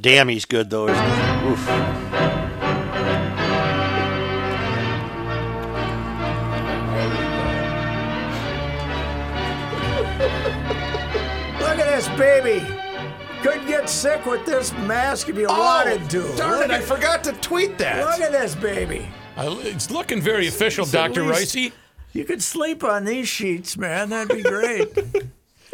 Damn, he's good though. Isn't he? Oof. Look at this baby. Could get sick with this mask if you Oh, wanted to. Oh, Darn look, it, I forgot to tweet look that. at this baby. I, it's looking very official, at Dr. least- Ricey. You could sleep on these sheets, man. That'd be great.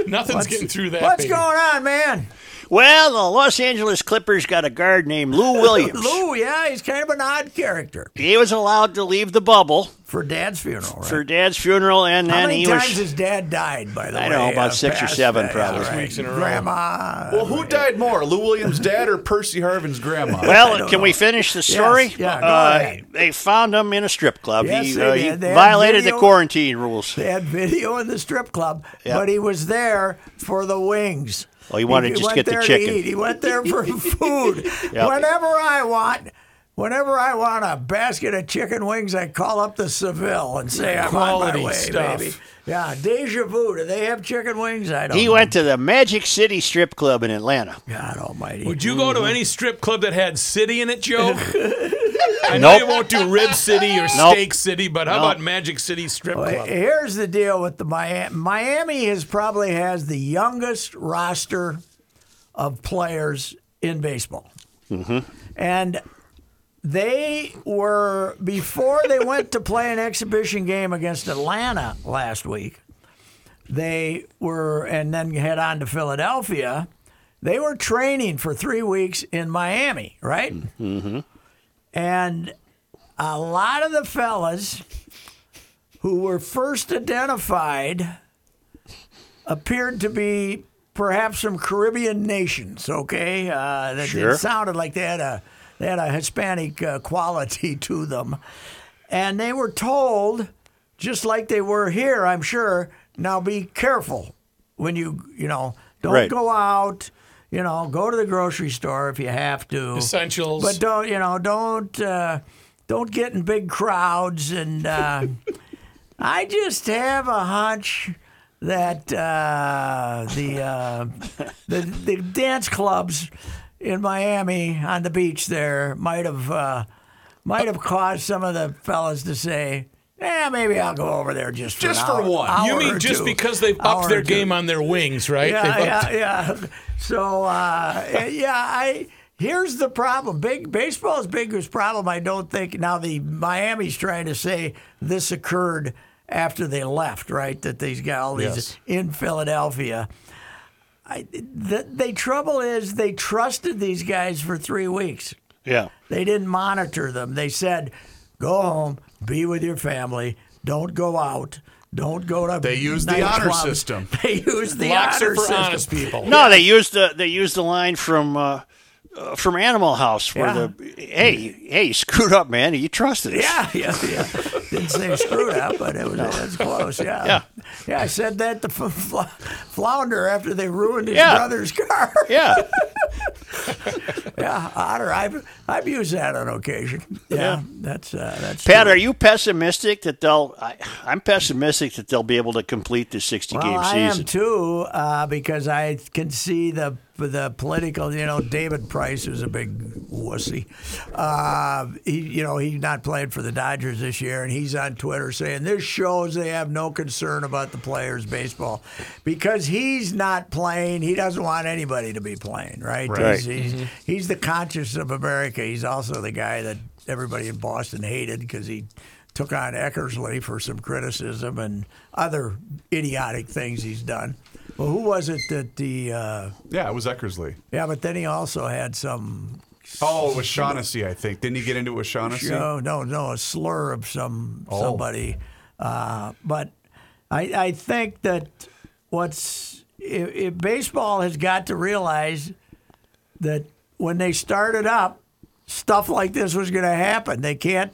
Nothing's getting through that. What's baby. going on, man? Well, the Los Angeles Clippers got a guard named Lou Williams. Lou, yeah, he's kind of an odd character He was allowed to leave the bubble for Dad's funeral, right? for Dad's funeral, and How then many he times was. his dad died, by the I way? uh, don't know, about six or past- seven, yeah, probably. Six weeks in a row. Grandma. Well, who died more, Lou Williams' dad or Percy Harvin's grandma? Well, don't can know. we finish the story? yeah, go Uh, ahead. They found him in a strip club. Yes, he they uh, did. he They had violated the video. quarantine rules. They had video in the strip club, Yeah. but he was there for the wings. Well, he wanted to just went get the there chicken. eat. He went there for food. Yeah. Whenever I want, whenever I want a basket of chicken wings, I call up the Seville and say I'm on Quality my way, stuff. baby. Yeah, deja vu. Do they have chicken wings? I don't. He know. went to the Magic City Strip Club in Atlanta. God Almighty. Would you go to any strip club that had city in it, Joe? I know Nope. you won't do Rib City or Nope. Steak City, but how Nope. about Magic City Strip Well, Club? Here's the deal with the Miami. Miami has probably has the youngest roster of players in baseball, and they were before they went to play an exhibition game against Atlanta last week. They were and then head on to Philadelphia. They were training for three weeks in Miami, right? Mm-hmm. And a lot of the fellas who were first identified appeared to be perhaps from Caribbean nations. Okay, uh, that Sure. it sounded like they had a they had a Hispanic uh, quality to them, and they were told, just like they were here, I'm sure. Now be careful when you you know don't Right. go out. You know, go to the grocery store if you have to. Essentials. But don't you know? Don't uh, don't get in big crowds. And uh, I just have a hunch that uh, the, uh, the the dance clubs in Miami on the beach there might have uh, might have caused some of the fellas to say. Yeah, maybe I'll go over there just for Just an for hour- one. hour you or mean just two. because they've Hour upped or their two. game on their wings, right? Yeah, They've yeah, upped- yeah. So uh, yeah, I here's the problem. Big baseball's biggest problem. I don't think now the Miami's trying to say this occurred after they left, right? That these got all these Yes. in Philadelphia. I, the, the trouble is they trusted these guys for three weeks. Yeah. They didn't monitor them. They said, "Go home, be with your family. Don't go out. Don't go to." They used the nightclubs." honor system. They used the Locks honor are for system. honest people. No, they used the they used the line from uh, uh, from Animal House where Yeah. the hey hey you screwed up man you trusted us Yeah, yeah, yeah. Didn't say screwed up, but it was, it was close. Yeah. Yeah. Yeah, I said that to F- Fla- Flounder after they ruined his Yeah. brother's car. yeah yeah, honor. I've I've used that on occasion. Yeah, Yeah. that's uh, that's. Pat true. are you pessimistic that they'll I, I'm pessimistic that they'll be able to complete the 60 Well, game I season am too, uh, because I can see the the political. You know, David Price was a big wussy. Uh, he, you know, he's not playing for the Dodgers this year, and he's on Twitter saying this shows they have no concern about the players' baseball because he's not playing. He doesn't want anybody to be playing, right? Right. He's, he's, he's the conscience of America. He's also the guy that everybody in Boston hated because he took on Eckersley for some criticism and other idiotic things he's done. Well, who was it that the? Uh, yeah, it was Eckersley. yeah, but then he also had some. Oh, it was Shaughnessy, I think. Didn't he get into it with Shaughnessy? No, no, no, a slur of some somebody. Uh, but I, I think that what's if, if baseball has got to realize that when they started up, stuff like this was going to happen. They can't,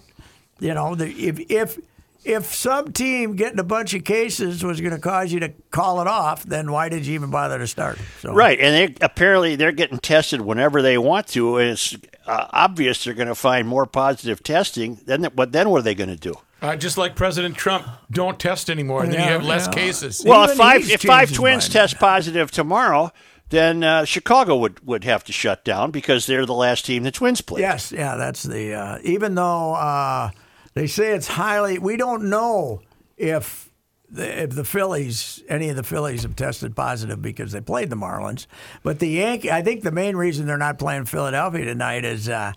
you know, the, if if if some team getting a bunch of cases was going to cause you to call it off, then why did you even bother to start? So, right and they apparently they're getting tested whenever they want to and it's uh, obvious they're going to find more positive testing then what then what are they going to do Uh, just like President Trump, don't test anymore, and then you Yeah, have less yeah. cases. well if Even five he's if five changed his twins mind. test positive tomorrow then uh, Chicago would, would have to shut down because they're the last team the Twins played. Yes, yeah, that's the. Uh, even though uh, they say it's highly, we don't know if the, if the Phillies, any of the Phillies, have tested positive because they played the Marlins. But the Yankee, I think the main reason they're not playing Philadelphia tonight is. Uh,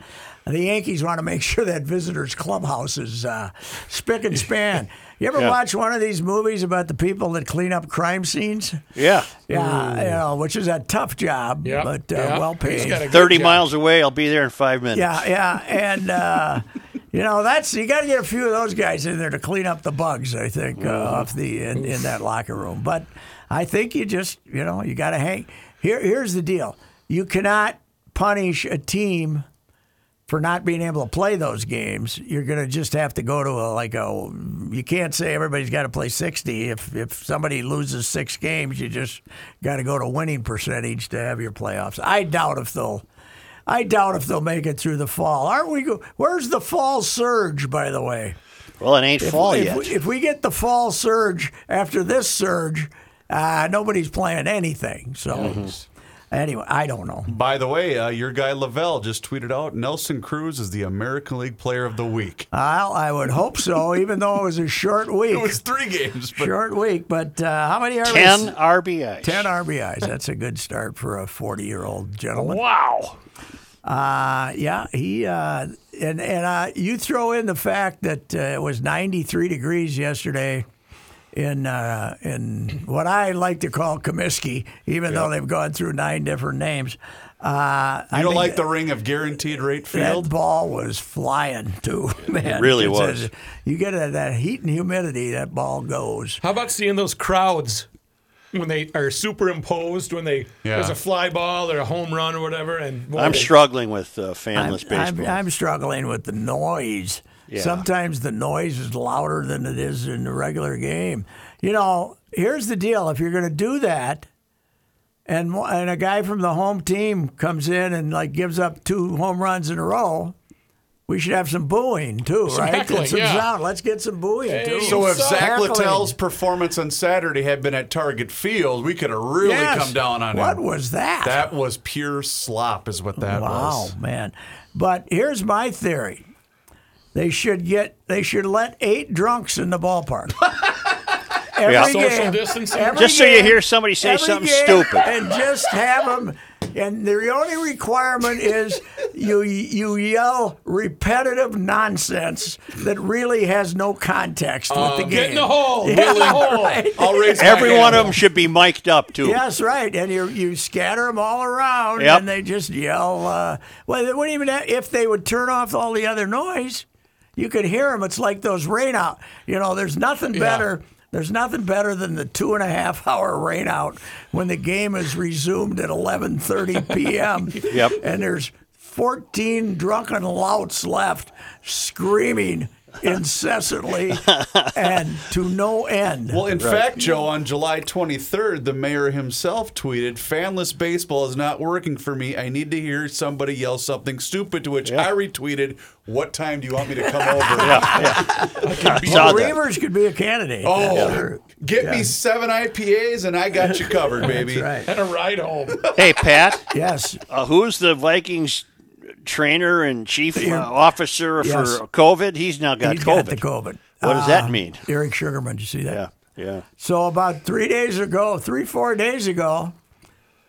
the Yankees want to make sure that visitors' clubhouse is uh, spick and span. You ever Yeah. watch one of these movies about the people that clean up crime scenes? Yeah. Yeah, you know, which is a tough job, Yep, but uh, yep. well He's paid. got a good 30 job. miles away, I'll be there in five minutes. Yeah, yeah, and uh, you know that's you got to get a few of those guys in there to clean up the bugs. I think uh, off the in, in that locker room, but I think you just you know you got to hang. Here, here's the deal: you cannot punish a team for not being able to play those games. You're going to just have to go to a, like a. You can't say everybody's got to play sixty. If if somebody loses six games, you just got to go to winning percentage to have your playoffs. I doubt if they'll. I doubt if they'll make it through the fall. Aren't we? Go, where's the fall surge, by the way? Well, it ain't fall if, yet. We, if we get the fall surge after this surge, uh, nobody's playing anything. So, anyway, I don't know. By the way, uh, your guy Lavelle just tweeted out Nelson Cruz is the American League Player of the Week. Well, I would hope so, even though it was a short week. It was three games, but short week, but uh, how many RBIs? 10 RBIs. 10 RBIs. That's a good start for a 40 year old gentleman. Wow. Uh, yeah, he uh, and and uh, you throw in the fact that uh, it was 93 degrees yesterday in uh, in what I like to call Comiskey, even though they've gone through nine different names. Uh, you don't like the ring of guaranteed rate that field? ball was flying too, man. really It's was. a- you get a, that heat and humidity, that ball goes. How about seeing those crowds when they are superimposed when they Yeah. there's a fly ball or a home run or whatever? And boy, I'm they- struggling with uh, fanless I'm, baseball. I'm struggling with the noise. Yeah. Sometimes the noise is louder than it is in the regular game. You know, here's the deal: if you're going to do that, and mo- and a guy from the home team comes in and like gives up two home runs in a row, we should have some booing too, right? heckling, Get some yeah. sound. Let's get some booing too. So if So Zach heckling. Littell's performance on Saturday had been at Target Field, we could have really Yes. come down on what him. was that? That was pure slop, is what that Wow, was. man. But here's my theory. They should get they should let eight drunks in the ballpark. every Yeah. Social distancing. every Just so you game- hear somebody say every something game, stupid. And just have them and the only requirement is you you yell repetitive nonsense that really has no context with the game. Uh, Get in the hole. Get in the hole. I'll raise my Every hand. one of them should be mic'd up, too. Yes, right. And you you scatter them all around, Yep. and they just yell. Uh, well, they wouldn't even have, if they would turn off all the other noise, you could hear them. It's like those rain out. You know, there's nothing better. There's nothing better than the two and a half hour rain out when the game is resumed at 11:30 p.m. Yep. And there's 14 drunken louts left screaming incessantly and to no end. Well, in fact, Joe, on July 23rd, the mayor himself tweeted, "Fanless baseball is not working for me. I need to hear somebody yell something stupid." To which I retweeted, "What time do you want me to come over?" Saw that. Reavers could be a candidate. Oh, Sure. get me seven IPAs and I got you covered, baby. Right. And a ride home. Hey, Pat, Yes. uh, who's the Vikings trainer and chief uh, officer Yes. for COVID? He's now got He's COVID. got the COVID. Ah, What does that mean? Eric Sugarman, did you see that? Yeah, yeah. So about three days ago, three four days ago,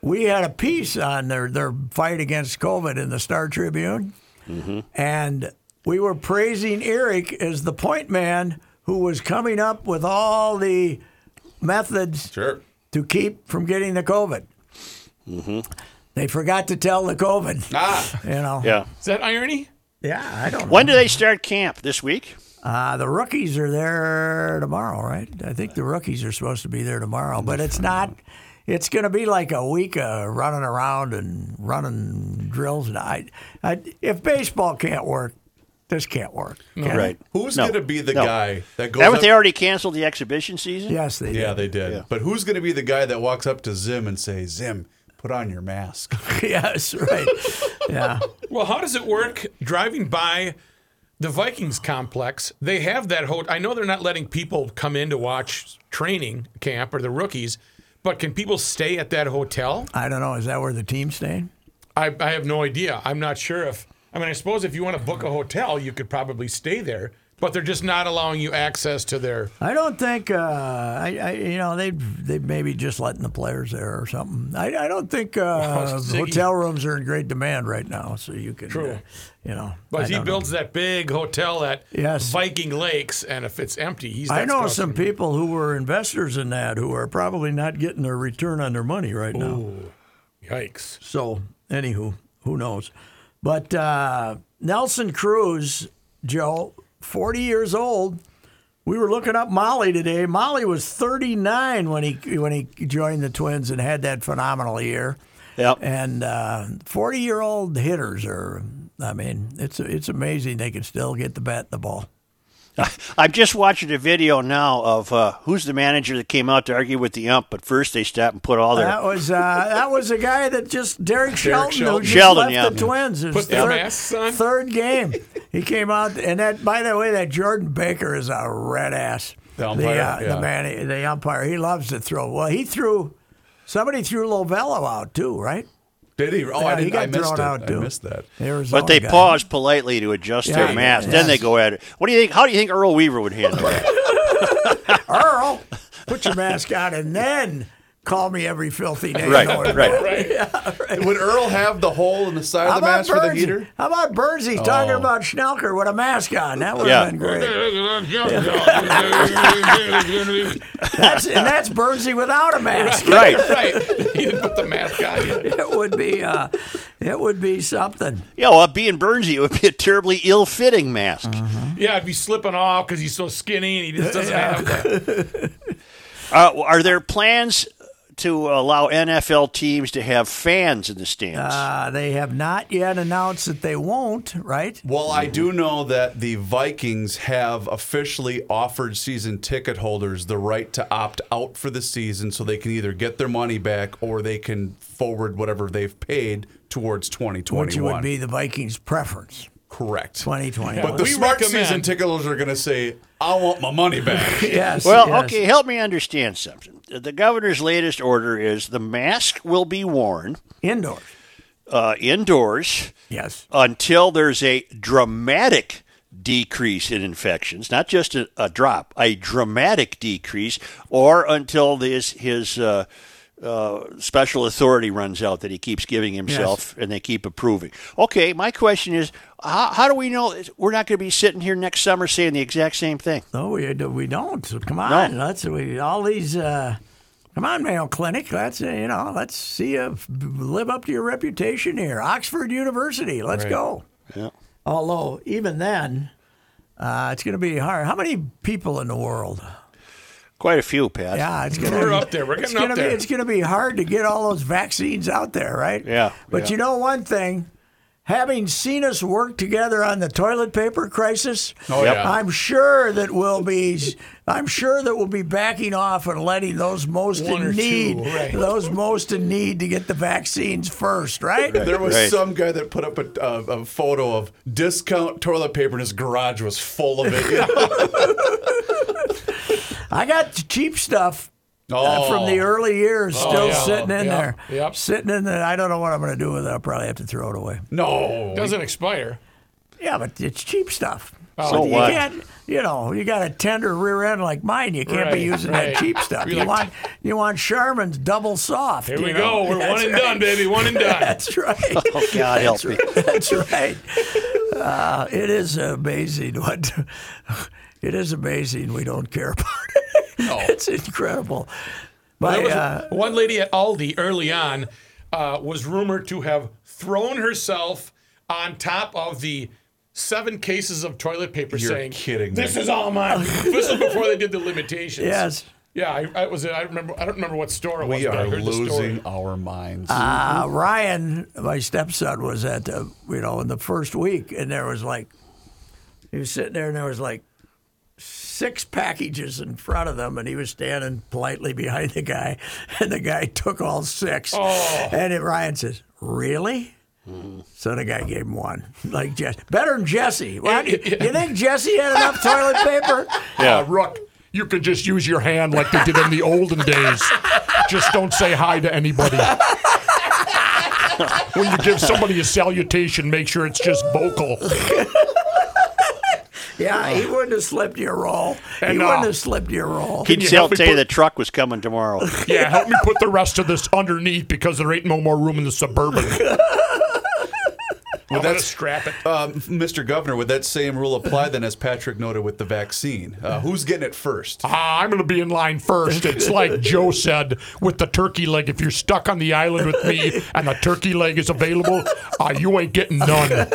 we had a piece on their their fight against COVID in the Star Tribune, Mm-hmm. and we were praising Eric as the point man who was coming up with all the methods Sure. to keep from getting the COVID. Mm-hmm. They forgot to tell the COVID. Ah, You know. Yeah. Is that irony? Yeah, I don't. know. When do they start camp? This week? Uh, the rookies are there tomorrow, right? I think the rookies are supposed to be there tomorrow, but it's not. It's going to be like a week of running around and running drills. And I, I, if baseball can't work, this can't work. Can it? Right. who's No. gonna be the No. guy that goes? That was up- they already canceled the exhibition season? Yes, they. Yeah, Yeah. they did. But who's gonna be the guy that walks up to Zim and say, "Zim, put on your mask"? yes. Right. yeah. Well, how does it work driving by the Vikings complex? They have that ho I know they're not letting people come in to watch training camp or the rookies, But can people stay at that hotel? I don't know. Is that where the team's staying? I, I have no idea. I'm not sure if. I mean, I suppose if you want to book a hotel, you could probably stay there, but they're just not allowing you access to their. I don't think. Uh, I, I you know they they maybe just letting the players there or something. I, I don't think uh, Ziggy- hotel rooms are in great demand right now, so you can. True. uh, you know. I But he don't know. builds that big hotel at Yes. Viking Lakes, and if it's empty, he's. I that's know gonna- some people who were investors in that who are probably not getting their return on their money right now. Yikes! So, anywho, who knows? But uh, Nelson Cruz, Joe, 40 years old. We were looking up Molly today. Molly was 39 when he when he joined the Twins and had that phenomenal year. Yep. And uh, 40 year old hitters are, I mean, it's it's amazing they can still get the bat and the ball. I'm just watching a video now of uh, who's the manager that came out to argue with the ump, but first they stopped and put all their That was uh, that was a guy that just Derek Shelton, who Shelton. just Sheldon, left yeah. the Twins. His Put the masks on. third game, he came out and that. By the way, that Jordan Baker is a red ass. The umpire, uh, yeah. the man, the umpire. He loves to throw. Well, he threw. Somebody threw Lovello out too, right? Did he? Oh, Yeah, I he didn't. got I missed thrown it. out, too. I missed that. Arizona But they guy. pause politely to adjust oh Yeah. their mask. Then they Yes. go at it. What do you think? How do you think Earl Weaver would handle that? Earl, put your mask on and then call me every filthy name. right, right. Would Earl have the hole in the side How of the about mask for the Bernsey? heater? How about Bernsey talking about Schnelker with a mask on? That would have Oh. Yeah. been great. That's, and that's Bernsey without a mask. Right. right, he didn't put the mask on yet. It would be, uh, it would be something. Yeah, well, being Bernsey, it would be a terribly ill fitting mask. Uh-huh. Yeah, it'd be slipping off because he's so skinny and he just doesn't have that. Uh, are there plans to allow NFL teams to have fans in the stands? Uh, they have not yet announced that they won't. Right? Well, I do know that the Vikings have officially offered season ticket holders the right to opt out for the season so they can either get their money back or they can forward whatever they've paid towards 2021. Which would be the Vikings' preference. correct. Twenty twenty. But the We smart recommend- season ticket holders are going to say, I want my money back. yes. well, yes. okay, help me understand something. The governor's latest order is the mask will be worn Indoors. uh, indoors Yes. until there's a dramatic decrease in infections, not just a, a drop, a dramatic decrease, or until this his uh, uh, special authority runs out that he keeps giving himself and they keep approving. Okay, my question is how, how do we know it's- we're not going to be sitting here next summer saying the exact same thing? No, we we don't. So come on. Let's we all these. Uh, Come on, Mayo Clinic. Let's uh, you know. Let's see you f- live up to your reputation here. Oxford University. Let's go. Yeah. Although even then, uh, it's going to be hard. How many people in the world? Quite a few, Pat. Yeah, it's going to. We're up there. We're It's getting going to up be. there. It's going to be hard to get all those vaccines out there, right? Yeah, But you know one thing. Having seen us work together on the toilet paper crisis, Oh, Yep. yeah. I'm sure that we'll be, I'm sure that we'll be backing off and letting those most One or in two, need, right. those most in need, to get the vaccines first, right? There was Right. some guy that put up a, a, a photo of discount toilet paper and his garage was full of it. I got the cheap stuff uh, Oh. from the early years still Oh, yeah. sitting in Yep, there. yep. Sitting in there. I don't know what I'm going to do with it. I'll probably have to throw it away. No. Doesn't expire. Yeah, but it's cheap stuff. Oh. So you what? can't, you know, you got a tender rear end like mine. You can't be Right, using right. that cheap stuff. Be You like- want you want Charmin's double soft. Here you we know? go. We're That's one and right. done, baby. One and done. That's right. Oh, God help That's me. right. That's right. Uh, it is amazing what it is amazing. We don't care about it. It's incredible. There But Oh. was uh, one lady at Aldi early on uh, was rumored to have thrown herself on top of the seven cases of toilet paper, You're saying, kidding me. "This is all mine." this was before they did the limitations. yes. Yeah, I, I was. I remember. I don't remember what store it was. We but I are heard the story. losing our minds. Uh, Ryan, my stepson, was at the, you know, in the first week, and there was like, he was sitting there, and there was like six packages in front of them, and he was standing politely behind the guy, and the guy took all six. And it, Ryan says, Really? So the guy gave him one, like Jess, better than Jesse. Well, you, you think Jesse had enough toilet paper? Yeah, Rook, you could just use your hand like they did in the olden days. Just don't say hi to anybody. when you give somebody a salutation, make sure it's just vocal. Yeah, he wouldn't have slipped your role. He And, uh, wouldn't have slipped your role. He'd you tell, help me tell you put- the truck was coming tomorrow. Yeah, help me put the rest of this underneath because there ain't no more room in the suburban. Would Gotta that, scrap it. um, Mr. Governor, would that same rule apply then, as Patrick noted with the vaccine? Uh, who's getting it first? Ah, I'm going to be in line first. It's like Joe said with the turkey leg. If you're stuck on the island with me and the turkey leg is available, uh, you ain't getting none.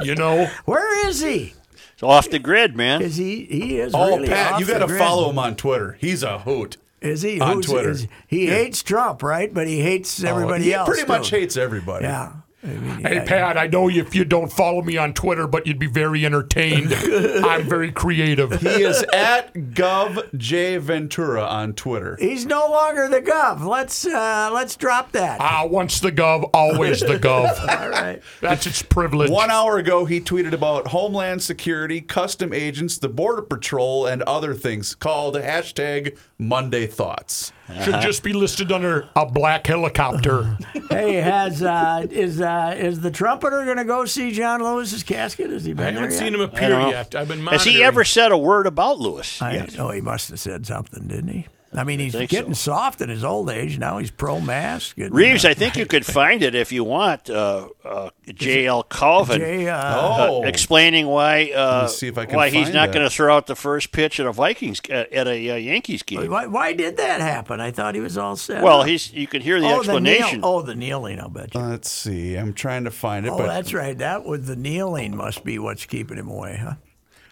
You know? Where is he? It's off the grid, man. Is he? He is. Oh, really Pat, off you the got to grid. follow him on Twitter. He's a hoot. Is he on Who's- Twitter. is- he hates Trump, right? But he hates everybody he else. pretty much too. hates everybody. Yeah. I mean, Hey, yeah, Pat, I know if you don't follow me on Twitter, but you'd be very entertained. I'm very creative. He is at Gov J Ventura on Twitter. He's no longer the gov. Let's uh, let's drop that. Ah, once the gov, always the gov. All right. That's its privilege. One hour ago, he tweeted about Homeland Security, custom agents, the Border Patrol, and other things called hashtag Monday Thoughts. Should just be listed under a black helicopter. Hey, has uh, is uh, is the trumpeter going to go see John Lewis's casket? Is he been I there haven't yet? seen him I appear don't know. yet. I've been Has monitoring. he ever said a word about Lewis? I know he must have said something, didn't he? I mean, he's think getting soft in his old age. Now he's uh, pro mask. Reeves, I think you could find it if you want. Uh, uh, J.L. Calvin. Jay, uh, Oh, explaining why uh, me see if I can why he's find not that. going to throw out the first pitch at a Vikings at, at a uh, Yankees game. Why, why did that happen? I thought he was all set. Well, up. he's you can hear the oh, explanation. The kneel- oh, the kneeling. I'll bet you. let's see. I'm trying to find it, oh, but that's right. That was the kneeling. Must be what's keeping him away, huh?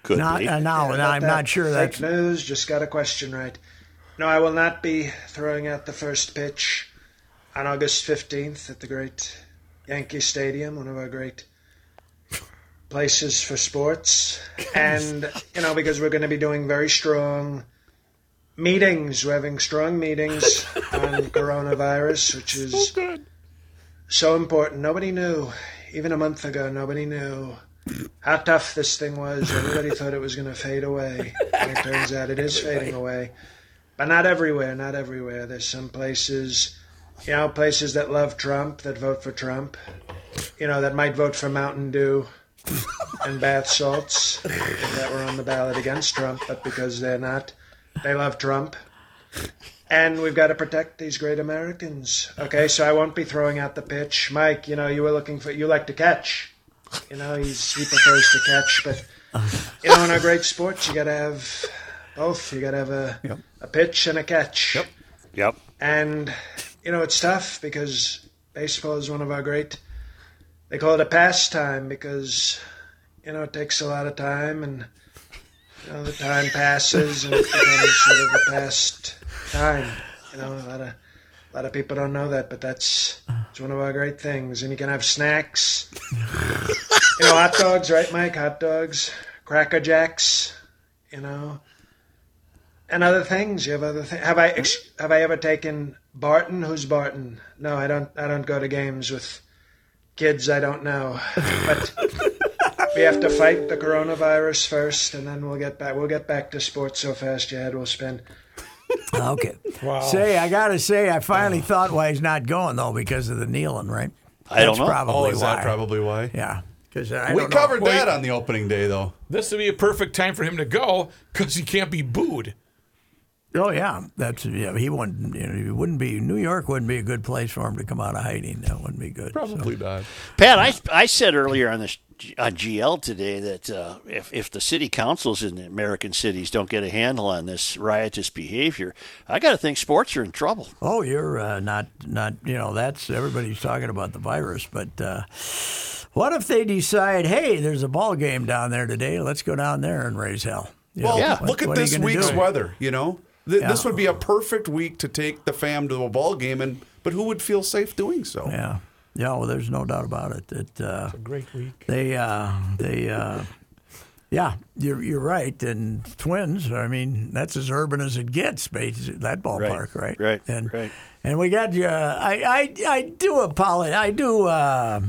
Could Not be. uh, no, no, I'm not sure. That's Fake news, just got a question right. No, I will not be throwing out the first pitch on August 15th at the great Yankee Stadium, one of our great places for sports. And, you know, because we're going to be doing very strong meetings. We're having strong meetings on coronavirus, which is so important. Nobody knew. Even a month ago, nobody knew how tough this thing was. Everybody thought it was going to fade away. And it turns out it is fading away. But not everywhere, not everywhere. There's some places, you know, places that love Trump, that vote for Trump, you know, that might vote for Mountain Dew and bath salts that were on the ballot against Trump, but because they're not, they love Trump. And we've got to protect these great Americans. Okay, so I won't be throwing out the pitch. Mike, you know, you were looking for, you like to catch. You know, he's, he prefers to catch, but you know, in our great sports, you got to have both. You got to have a a pitch and a catch. Yep. Yep. And you know, it's tough because baseball is one of our great. They call it a pastime because you know it takes a lot of time, and you know the time passes, and it becomes sort of a past time. You know, a lot of a lot of people don't know that, but that's it's one of our great things. And you can have snacks. You know, hot dogs, right, Mike? Hot dogs, Cracker Jacks, you know, and other things. You have other things. Have I ex- have I ever taken Barton? Who's Barton? No, I don't. I don't go to games with kids I don't know. But we have to fight the coronavirus first, and then we'll get back. We'll get back to sports so fast your head will spin. okay. Say, I gotta say, I finally thought why he's not going though because of the kneeling, right? I don't That's know. Probably oh, is why. that probably why? Yeah, because I We don't know. covered that on the opening day, though. This would be a perfect time for him to go because he can't be booed. Oh yeah, that's yeah. He wouldn't. You know, he wouldn't be. New York wouldn't be a good place for him to come out of hiding. That wouldn't be good. Probably not. Pat, I, I said earlier on this on GL today that uh, if if the city councils in the American cities don't get a handle on this riotous behavior, I got to think sports are in trouble. Oh, you're uh, not not you know that's everybody's talking about the virus, but uh, what if they decide, hey, there's a ball game down there today, let's go down there and raise hell. You Well, know, Yeah. what- look at what are you this gonna week's do? weather. You know, Th- this Yeah. would be a perfect week to take the fam to a ball game, and but who would feel safe doing so? Yeah, yeah. Well, there's no doubt about it. That uh, Great week. they uh, they uh, yeah, you're you're right. And twins, I mean, that's as urban as it gets, basically, that ballpark, right? right, And right. and we got uh, I I I do apologize. I do. Uh,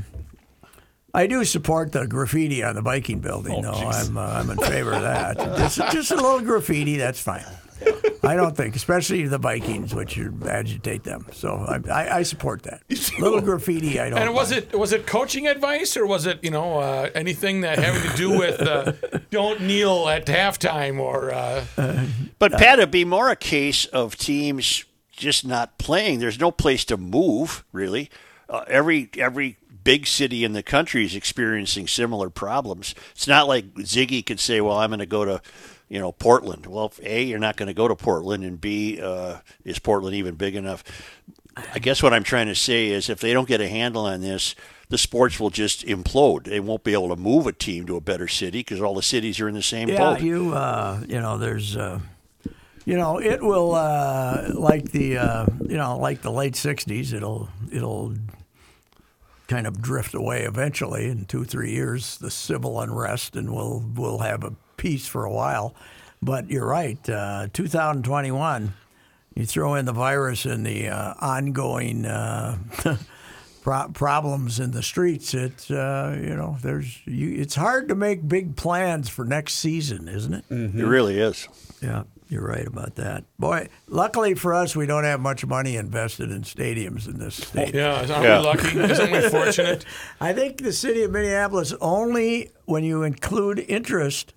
I do support the graffiti on the Oh, Viking building. though I'm uh, I'm in favor of that. just, just a little graffiti, that's fine. I don't think, especially the Vikings, which agitate them. So I, I, I support that. Little graffiti, I don't. And mind. was it was it coaching advice or was it you know uh, anything that having to do with uh, don't kneel at halftime or uh, But Pat, it'd be more a case of teams just not playing. There's no place to move, really. Uh, every every big city in the country is experiencing similar problems. It's not like Ziggy could say, "Well, I'm going to go to." You know Portland. Well, if a you're not going to go to Portland, and b uh, is Portland even big enough? I guess what I'm trying to say is, if they don't get a handle on this, the sports will just implode. They won't be able to move a team to a better city because all the cities are in the same Yeah, boat. you uh, you know, there's uh, you know, it will uh, like the uh, you know, like the late '60s. It'll it'll kind of drift away eventually. In two three years, the civil unrest, and we'll we'll have a peace for a while. But you're right. Uh, 2021. You throw in the virus and the uh, ongoing uh, pro- problems in the streets. It's uh, you know, there's you, it's hard to make big plans for next season, isn't it? Mm. It really is. Yeah, you're right about that. Boy, luckily for us, we don't have much money invested in stadiums in this state. Oh, yeah aren't Yeah. we lucky isn't we fortunate I think the city of Minneapolis only, when you include interest,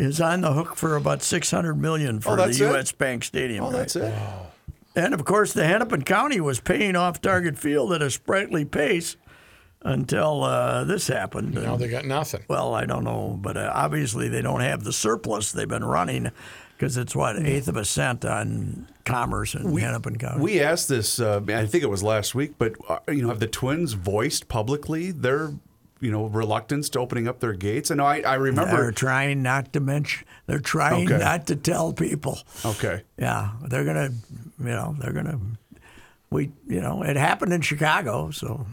is on the hook for about six hundred million for Oh, the that's it? U.S. Bank Stadium. Oh, right? that's it. And of course, the Hennepin County was paying off Target Field at a sprightly pace until uh, this happened. now they got nothing well, I don't know, but uh, obviously they don't have the surplus they've been running because it's what an eighth of a cent on commerce in Hennepin County. We asked this. Uh, I think it was last week, but uh, you know, have the Twins voiced publicly their you know reluctance to opening up their gates? And I, I they're remember. trying not to mention. They're trying Okay. not to tell people. Okay. Yeah, they're gonna, you know, they're gonna. We, you know, it happened in Chicago, so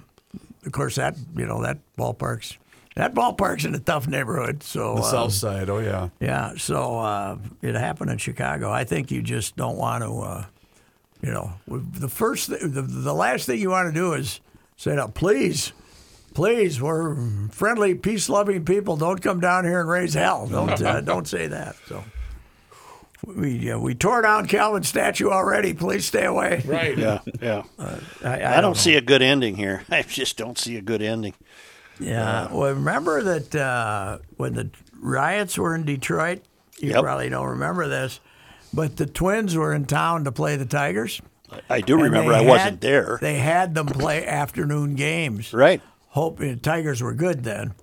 of course that, you know, that ballpark's that ballpark's in a tough neighborhood. So The uh, South Side. Oh yeah. yeah, so uh, it happened in Chicago. I think you just don't want to, uh, you know, the first, th- the, the last thing you want to do is say, now, please, please, we're friendly, peace-loving people. Don't come down here and raise hell. Don't uh, don't say that. So we uh, we tore down Calvin's statue already. Please stay away. right Yeah, yeah. I, I I don't know. see a good ending here. I just don't see a good ending. Uh, Yeah. Well, remember that uh, when the riots were in Detroit, you Yep. probably don't remember this, but the Twins were in town to play the Tigers. I do and remember they I had- wasn't there. They had them play afternoon games. right. Hoping Tigers were good then,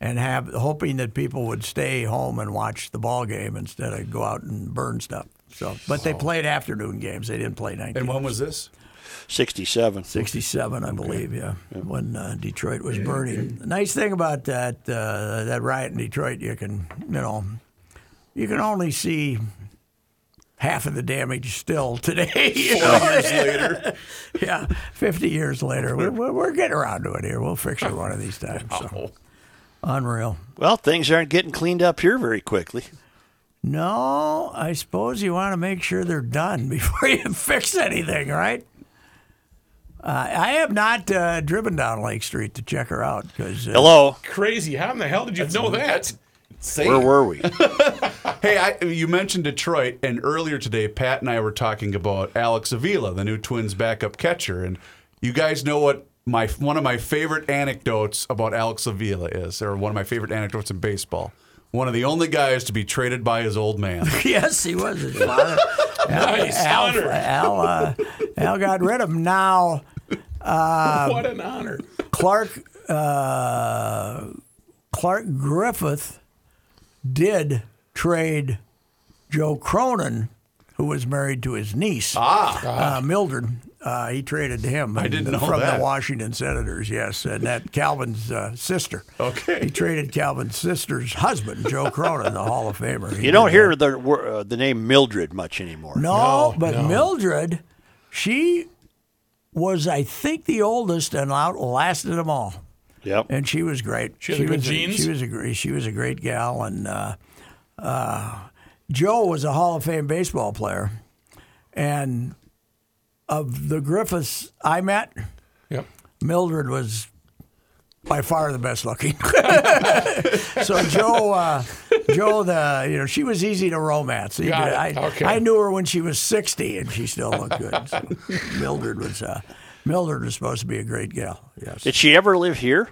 and have hoping that people would stay home and watch the ball game instead of go out and burn stuff. So, but they played afternoon games. They didn't play night. And when was this? 67. 67, I believe, yeah, when uh, Detroit was burning. The nice thing about that uh, that riot in Detroit, you can you know, you can only see half of the damage still today. you know? Later. yeah, 50 years later, we're, we're we're getting around to it here. We'll fix it one of these times. So. Unreal. Well, things aren't getting cleaned up here very quickly. No, I suppose you want to make sure they're done before you fix anything, right? Uh, I have not uh, driven down Lake Street to check her out because uh, Hello. crazy how in the hell did you know that Where were we? Hey, I, you mentioned Detroit, and earlier today, Pat and I were talking about Alex Avila, the new Twins backup catcher, and you guys know what my one of my favorite anecdotes about Alex Avila is, or one of my favorite anecdotes in baseball. One of the only guys to be traded by his old man. yes, he was his father. Nice, Al, honored. Al, uh, Al got rid of him. Now Um, what an honor Clark uh, Clark Griffith did trade Joe Cronin, who was married to his niece. uh, Mildred. Uh, he traded him. I Ah. didn't know from that. the Washington Senators. Yes, and that Calvin's uh, sister. Okay. he traded Calvin's sister's husband, Joe Cronin, the Hall of Famer. He You don't did hear the wor- uh, the name Mildred much anymore. no, No, but no. Mildred, she was, I think, the oldest and outlasted them all. Yep. And she was great. She had the good was genes? A, she was a great. She was a great gal. And uh, uh, Joe was a Hall of Fame baseball player. And of the Griffiths I met, yep Mildred was by far the best looking. so Joe, uh, Joe, the you know, she was easy to romance. You Got could- it. I, Okay. I knew her when she was sixty, and she still looked good. So Mildred was uh, Mildred was supposed to be a great gal. Yes. Did she ever live here?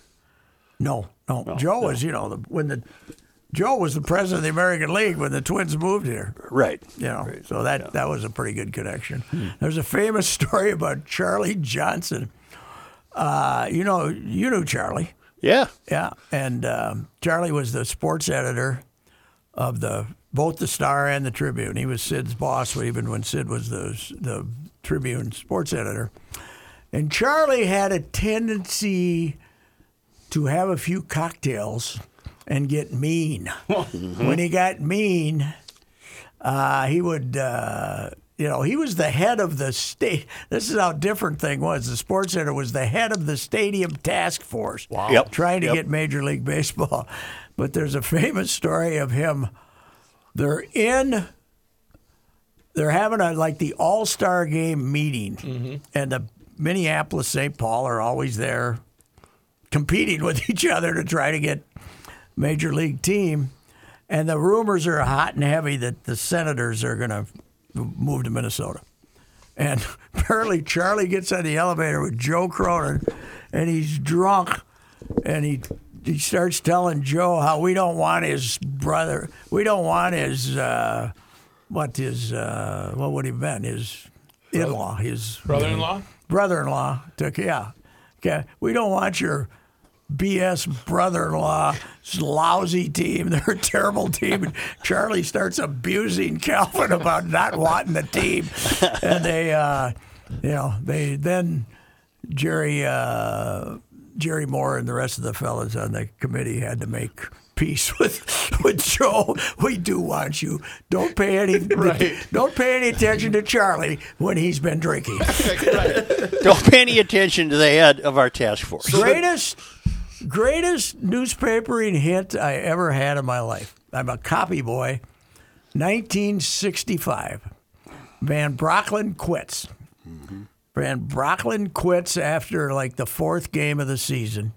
no, no. Joe was you know the, when the Joe was the president of the American League when the Twins moved here. Right. You know, so that that was a pretty good connection. There's a famous story about Charlie Johnson. Uh, you know, you knew Charlie. Yeah. Yeah, and um, Charlie was the sports editor of the both the Star and the Tribune. He was Sid's boss even when Sid was the the Tribune sports editor. And Charlie had a tendency to have a few cocktails and get mean. when he got mean, uh, he would. Uh, you know, he was the head of the state. This is how different thing was. The sports editor was the head of the stadium task force. Wow. Yep. Trying to Yep. get Major League Baseball. But there's a famous story of him. They're in they're having a like the All Star Game meeting, and the Minneapolis St. Paul are always there, competing with each other to try to get major league team. And the rumors are hot and heavy that the Senators are going to move to Minnesota. And apparently, Charlie gets on the elevator with Joe Cronin, and he's drunk, and he he starts telling Joe how we don't want his brother, we don't want his uh, what his uh, what would he have been his in law, his Brother-in-law? brother-in-law took yeah. Okay, we don't want your BS brother-in-law lousy team. They're a terrible team. And Charlie starts abusing Calvin about not wanting the team, and they, uh, you know, they then Jerry uh, Jerry Moore and the rest of the fellas on the committee had to make. Peace with with Joe. We do want you. Don't pay any don't pay any attention to Charlie when he's been drinking. Don't pay any attention to the head of our task force. greatest greatest newspapering hit I ever had in my life. I'm a copy boy. 1965. Van Brocklin quits. Van Brocklin quits after like the fourth game of the season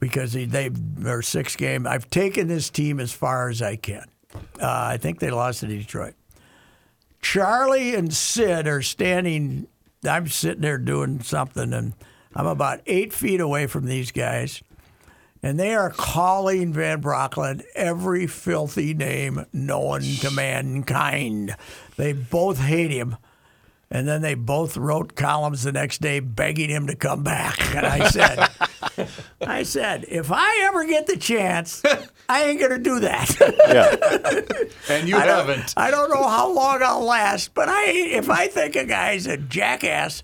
because he, they or sixth game. I've taken this team as far as I can. Uh, I think they lost to Detroit. Charlie and Sid are standing. I'm sitting there doing something, and I'm about eight feet away from these guys, and they are calling Van Brocklin every filthy name known to mankind. They both hate him. And then they both wrote columns the next day begging him to come back. And I said, I said, if I ever get the chance, I ain't going to do that. Yeah. And you I don't- haven't. I don't know how long I'll last, but I if I think a guy's a jackass,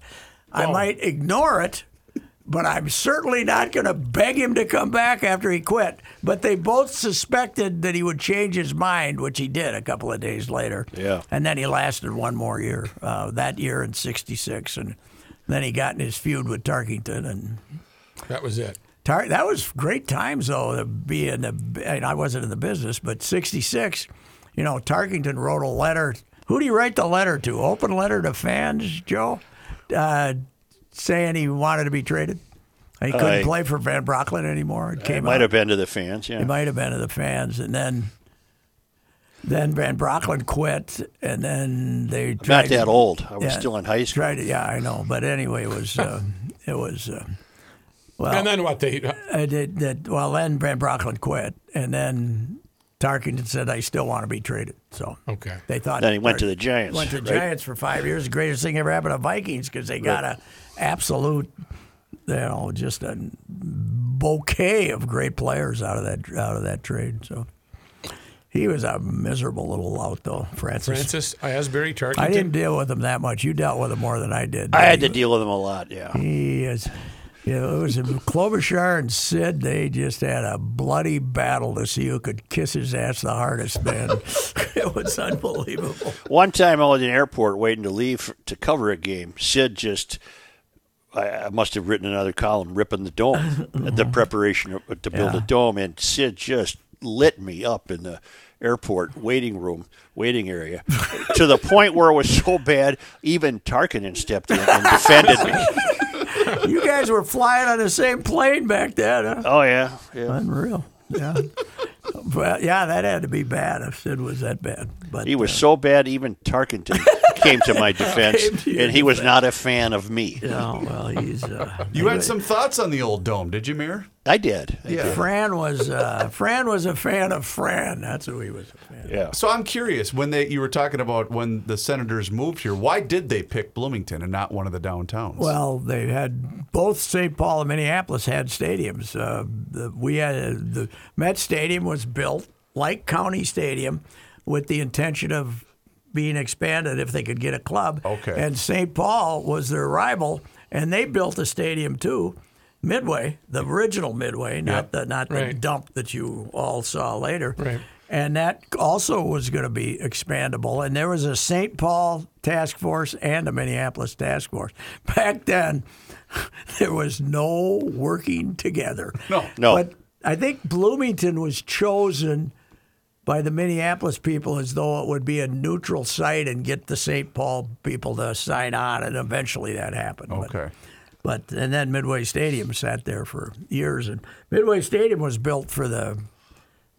I Oh. might ignore it. But I'm certainly not going to beg him to come back after he quit. But they both suspected that he would change his mind, which he did a couple of days later. Yeah. And then he lasted one more year, uh, that year in '66, and then he got in his feud with Tarkington, and That was it. Tar- that was great times though to be in the and I wasn't in the business, but '66, you know, Tarkington wrote a letter. Who do you write the letter to? Open letter to fans, Joe, uh, saying he wanted to be traded. He couldn't Uh, I- play for Van Brocklin anymore. It came Might out. have been to the fans. Yeah. It might have been to the fans, and then then Van Brocklin quit, and then they Not tried to- that old. I was yeah, still in high school. Tried to, yeah, I know. But anyway, it was uh, it was. Uh, and then what? They uh, I did uh, that. Well, then Van Brocklin quit, and then Tarkington said, "I still want to be traded." So Okay. they thought. Then he went to the Giants, Went to the right? Giants for five years. The greatest thing ever happened to Vikings because they got a absolute, you know, just a bouquet of great players out of that out of that trade. So he was a miserable little lout, though, Francis. Francis Asbury Tarkington. I didn't deal with him that much. You dealt with him more than I did. I had to deal with him a lot. Yeah. He is. You know, it was Klobuchar and Sid. They just had a bloody battle to see who could kiss his ass the hardest, man. it was unbelievable. One time I was in an airport waiting to leave for, to cover a game. Sid just, I, I must have written another column ripping the dome, the preparation of- to build a dome, and Sid just lit me up in the airport waiting room, waiting area, to the point where it was so bad, even Tarkinen stepped in and defended me. You guys were flying on the same plane back then, huh? Oh yeah, yeah. Unreal. Yeah. But yeah, that had to be bad if Sid was that bad. But He was so bad, even Tarkenton came to my defense, Came to your and he was not a fan of me. uh, no, well, he's. Uh, You had some thoughts on the old dome, did you, Mayor? I did. I did. Fran was uh, Fran was a fan of Fran. That's who he was a fan. of. Yeah. So I'm curious when they you were talking about when the senators moved here, why did they pick Bloomington and not one of the downtowns? Well, they had both St. Paul and Minneapolis had stadiums. Uh, the, we had uh, the Met Stadium was built like County Stadium with the intention of being expanded if they could get a club. Okay. And St. Paul was their rival, and they built a stadium too. Midway, the original Midway, not the not the Right. dump that you all saw later. Right. And that also was going to be expandable. And there was a St. Paul task force and a Minneapolis task force. Back then, there was no working together. No, no. But I think Bloomington was chosen by the Minneapolis people as though it would be a neutral site and get the St. Paul people to sign on. And eventually that happened. But- okay. but and then Midway Stadium sat there for years, and Midway Stadium was built for the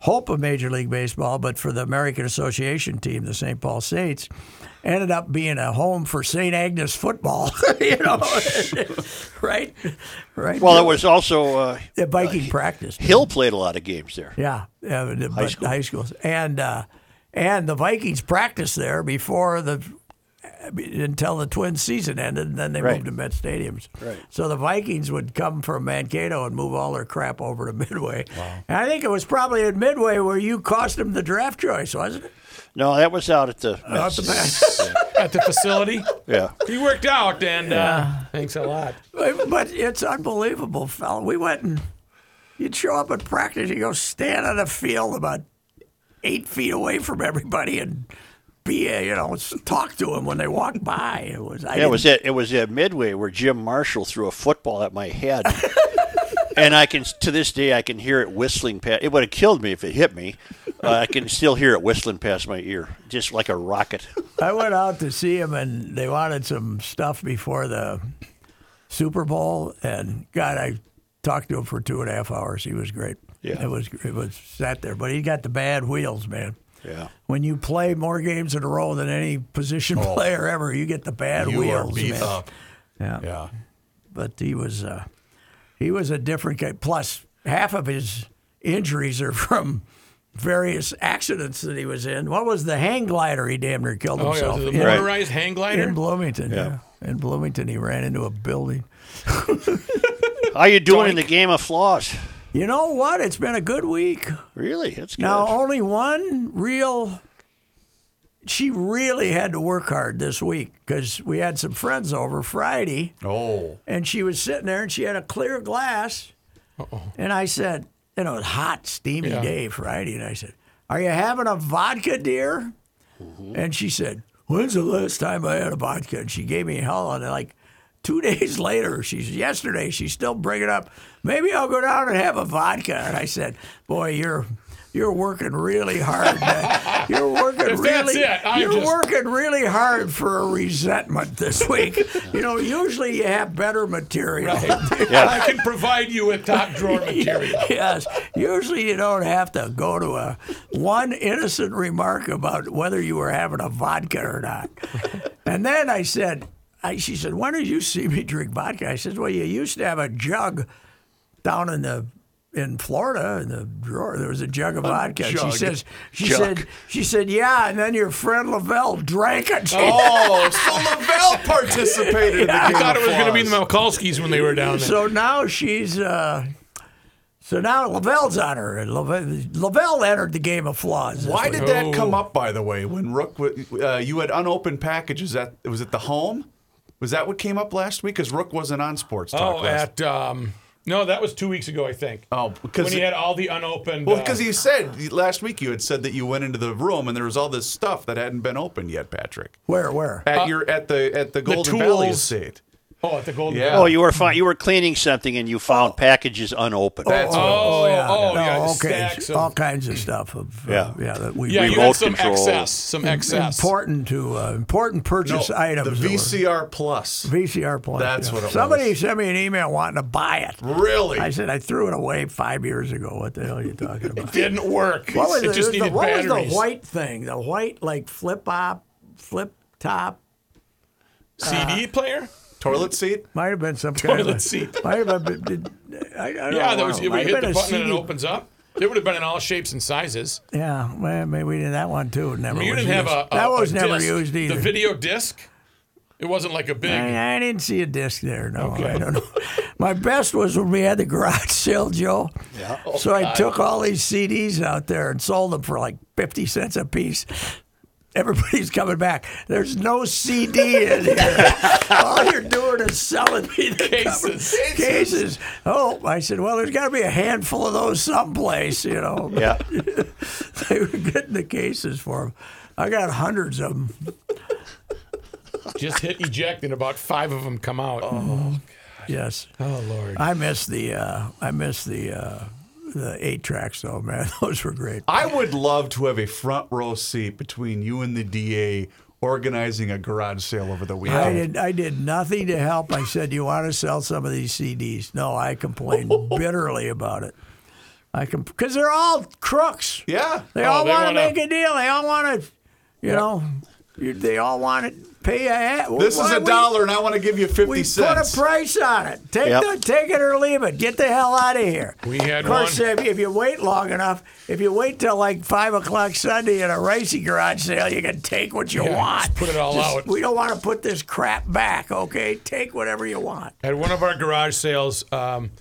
hope of Major League Baseball, but for the American Association team, the St. Paul Saints, ended up being a home for St. Agnes football. you know, right, right. Well, it was also uh, the Viking practice. Hill played a lot of games there. Yeah, yeah but the- but the high schools, and uh, and the Vikings practiced there before the until the Twins season ended, and then they Right. moved to Met Stadiums. Right. So the Vikings would come from Mankato and move all their crap over to Midway. Wow. And I think it was probably at Midway where you cost them the draft choice, wasn't it? No, that was out at the. Not the best. at the facility. yeah. He worked out, and uh, thanks a lot. but it's unbelievable, fella. We went and you'd show up at practice, you go stand on a field about eight feet away from everybody and be, uh, you know, s- talk to them when they walked by. It was, I Yeah, it was didn't- at it was at Midway where Jim Marshall threw a football at my head, and I can to this day I can hear it whistling past. It would have killed me if it hit me. Uh, I can still hear it whistling past my ear, just like a rocket. I went out to see him and they wanted some stuff before the Super Bowl. And God, I talked to him for two and a half hours. He was great. Yeah. It was, it was sat there, but he got the bad wheels, man. Yeah, when you play more games in a row than any position player ever, you get the bad You wheels. are beat man. up. Yeah. Yeah. But he was uh, he was a different guy. Plus, half of his injuries are from various accidents that he was in. What was the hang glider? He damn near killed Oh, yeah, himself the in, motorized hang glider. in Bloomington. Yeah. In Bloomington, he ran into a building. how you doing in the game of flaws? You know what? It's been a good week. Really, that's good. Now, only one real. She really had to work hard this week because we had some friends over Friday, Oh. and she was sitting there and she had a clear glass. And I said, you know, it was a hot, steamy Yeah. day Friday, and I said, "Are you having a vodka, dear?" Mm-hmm. And she said, "When's the last time I had a vodka?" And she gave me hell on it. Like two days later, she's yesterday. She's still bringing up. Maybe I'll go down and have a vodka. And I said, "Boy, you're." You're working really hard. man. You're working If really. that's it, I'm you're just- working really hard for a resentment this week. you know, usually you have better material. I can provide you with top drawer material. yes. Usually you don't have to go to a one innocent remark about whether you were having a vodka or not. And then I said, I, she said, when did you see me drink vodka? I said, well, you used to have a jug down in the in Florida in the drawer. There was a jug of vodka. She jug. says, she Jug. said, she said, yeah. And then your friend Lavelle drank it. Oh, so Lavelle participated in the I game thought it of was going to be the Flaws. Malkowskis when they were down there. So now she's. Uh, so now Lavelle's on her, and Lavelle, Lavelle entered the game of flaws. Why did that Oh. come up, by the way, when Rook, w- uh, you had unopened packages at, was it the home? Was that what came up last week? Because Rook wasn't on Sports Talk oh, last at um, no, that was two weeks ago, I think. Oh, because when he had all the unopened. Well, uh, because you said last week you had said that you went into the room and there was all this stuff that hadn't been opened yet, Patrick. Where? Where? At your at the at the Golden Valley tools. estate. Oh, at the Golden Yeah. Oh, you were fi- you were cleaning something and you found packages unopened. That's what it was. Oh, yeah. Oh, No, yeah. all, Stacks kinds, of, all kinds of stuff. Of, uh, Yeah. yeah, that we, yeah, we you had remote some control. excess. Some excess. important to uh, important No, purchase the items. that were- VCR Plus. VCR player. That's what it Somebody was. sent me an email wanting to buy it. Really? I said I threw it away five years ago. What the hell are you talking about? Didn't work. What was it just the, needed what was batteries. the white thing? The white like flip op, flip top. uh, CD player? Oh, Toilet seat? Might have been some kind of. Toilet seat. Might have been. Did, I, I don't Yeah, know, that was, Might we have hit been the a button and it CD opens up. It would have been in all shapes and sizes. Yeah, well, maybe we did that one too. It Never. You was didn't have used. a, a- that a was never disc. used either. The video disc. It wasn't like a big. I, I didn't see a disc there. No, I don't know. My best was when we had the garage sale, Joe. Yeah. so I took all these CDs out there and sold them for like fifty cents a piece. Everybody's coming back. There's no CD in here. all you're doing is selling me the Cases. cover- Cases. Oh, I said, well, there's got to be a handful of those someplace, you know. Yeah. they were getting the cases for them. I got hundreds of them. Just hit eject and about five of them come out. Oh, Yes. Lord. I miss the uh, I miss the uh, the eight tracks though, man. Those were great. I would love to have a front row seat between you and the DA organizing a garage sale over the weekend. I did I did nothing to help. I said, "You want to sell some of these CDs?" No, I complained bitterly about it. I because they're all crooks. Yeah. They Oh, all they want to wanna- make a deal. They all want to, you know, you, they all want to pay a. hat. This Why is a we- dollar, and I want to give you 50 We put a cents. price on it. Take Yep. the, take it or leave it. Get the hell out of here. We of had course, one. If, if you wait long enough, if you wait till like five o'clock Sunday at a racing garage sale, you can take what you Yeah, want. just put it all out. We don't want to put this crap back. Okay, take whatever you want. At one of our garage sales, um,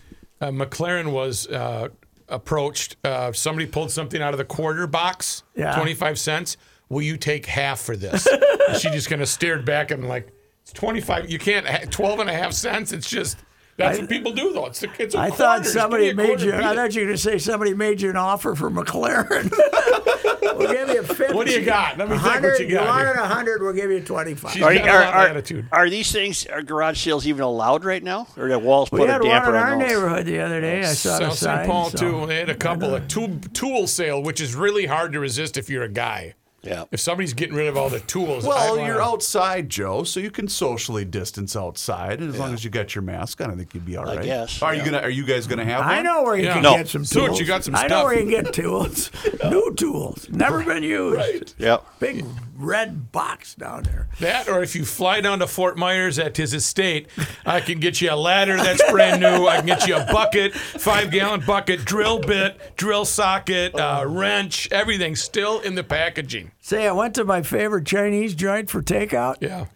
uh, McLaren was uh, approached. Uh, somebody pulled something out of the quarter box, Yeah. 25 cents. Will you take half for this? And she just kind of stared back at him like, it's 25. You can't, ha- 12 and a half cents. It's just, that's what people do, though. It's, the, it's a I quarter. thought Just somebody give me a made quarter, you. beat I it. thought you were going to say somebody made you an offer for McLaren. we'll give you fifty. What do you got? Let me think what 100, you you got. wanted here. 100, we'll give you 25. She's Are, got a are, lot of are- attitude. are these things are garage sales even allowed right now? Or did Walls we put had a one in damper our on those? neighborhood the other day. I saw the South sign. St. Paul so- too. They had a couple of tool, tool sale, which is really hard to resist if you're a guy. Yeah. If somebody's getting rid of all the tools, I Well, wanna- you're outside, Joe, so you can socially distance outside, and as long as you got your mask on, I think you'd be all right. guess, Are yeah. you gonna? Are you guys gonna have? I one? know where you Yeah. can No. get some Suits, tools. you got some I know where stuff. you can get tools. New tools. Never been used. Yep. Big red box down there. That, or if you fly down to Fort Myers at his estate, I can get you a ladder that's brand new. I can get you a bucket, five gallon bucket, drill bit, drill socket, Oh. uh, wrench, everything still in the packaging. Say, I went to my favorite Chinese joint for takeout Yeah.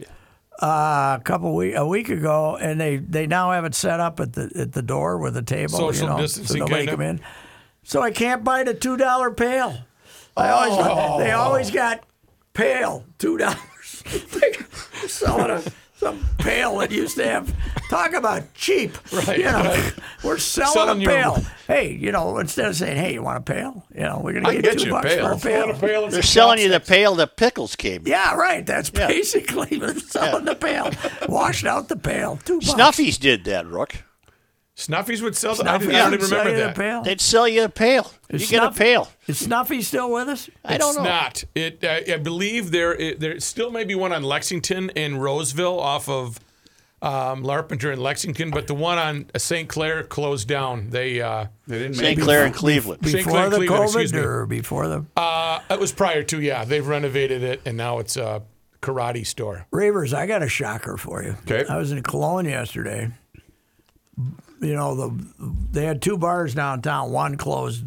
uh, a couple week a week ago, and they, they now have it set up at the at the door with a table, Social you know, so distancing nobody kinda. come in. So I can't buy the two dollar pail. I always Oh. they always got pail two dollars. Selling a, some pail that used to have talk about cheap. Right, You know, right. We're selling, Selling a your- pail. Hey, you know, instead of saying, "Hey, you want a pail?" You know, we're gonna I get, get two you a bucks pail. for a pail. They're selling you the pail the pickles came. in. Yeah, right. That's Yeah. basically they're selling the pail. Washed out the pail. Two bucks. Snuffies did that, Rook. Snuffies would sell the. I Snuffy didn't I would didn't sell remember you the that. pail. They'd sell you a pail. Is you get Snuff- a pail. Is Snuffy still with us? I don't it's know. not. It. uh, I, I believe there. It, there still may be one on Lexington and Roseville off of um, Larpenter and Lexington, but the one on St. Clair closed down. They. Uh, They didn't make St. Clair and Cleveland. St. Before Clair the Cleveland, excuse COVID me. or before the Uh, it was prior to, yeah. They've renovated it, and now it's a karate store. Ravers, I got a shocker for you. Okay. I was in Cologne yesterday. You know, the they had two bars downtown. One closed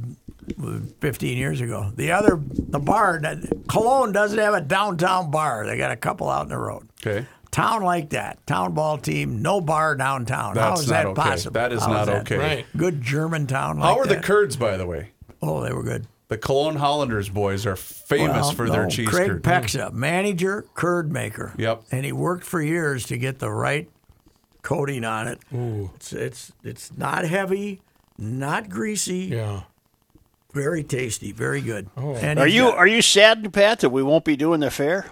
15 years ago. The other, the bar, Cologne doesn't have a downtown bar. They got a couple out in the road. Okay. Town like that, town ball team, no bar downtown. How That's is not that okay. possible? That is How not that? okay. Right. Good German town like How are the that. Kurds, by the way? oh, they were good. The Cologne Hollanders boys are famous Well, for their no, cheese Craig curd. Peck's a manager, curd maker. Yep. And he worked for years to get the right coating on it. Ooh. It's it's it's not heavy, not greasy, Yeah. very tasty, very good. Oh. And Are he's you got- are you saddened, Pat, that we won't be doing the fair?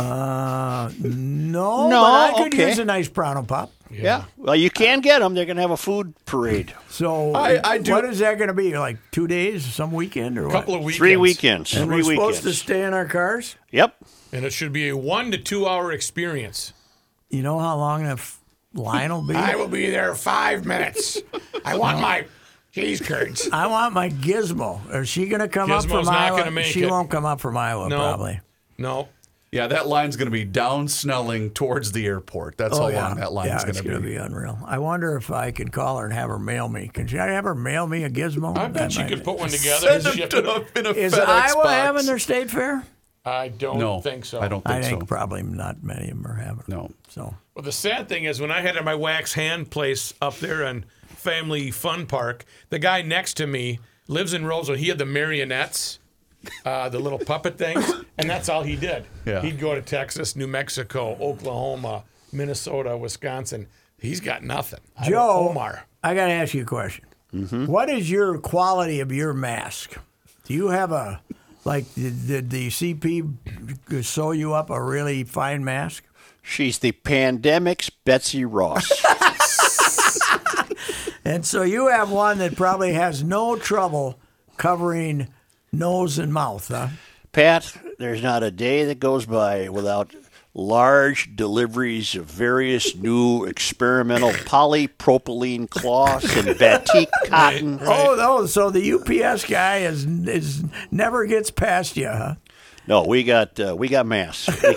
No, No, but I could okay. use a nice Prano Pop. Yeah. Well, you can get them. They're going to have a food parade. So I- I do- what is that going to be? Like two days, some weekend, or what? couple of weekends. Three weekends. and three we're weekends. supposed to stay in our cars. Yep. And it should be a one to two hour experience. You know how long that f- line will be? I I, will be there five minutes. I want my cheese curds. want my Gizmo. Is she going to come up Gizmo's from not Iowa? gonna make she it. won't come up from Iowa, No. probably. No. Yeah, that line's going to be down Snelling towards the airport. That's how long that line's Oh, yeah, going it's to gonna be. be unreal. I wonder if I could call her and have her mail me. Can she have her mail me a Gizmo? I bet you might- could put one together Send and them ship to it. them in a Is FedEx Iowa box. having their state fair? I don't No, think so. I don't think, I think so. probably not many of them are having. it. No. So Well, the sad thing is when I had my wax hand place up there in Family Fun Park, the guy next to me lives in Roseville. He had the marionettes, uh, the little puppet things, and that's all he did. Yeah. He'd go to Texas, New Mexico, Oklahoma, Minnesota, Wisconsin. He's got nothing. I don't- Joe, Omar. Mm-hmm. I got to ask you a question. What is your quality of your mask? Do you have a like? Did, did the CP sew you up a really fine mask? She's the pandemic's Betsy Ross. And so you have one that probably has no trouble covering nose and mouth, huh? Pat, there's not a day that goes by without large deliveries of various new experimental polypropylene cloths and batik cotton. Oh, no! So the UPS guy is is never gets past you, huh? No, we got uh, we got masks. We,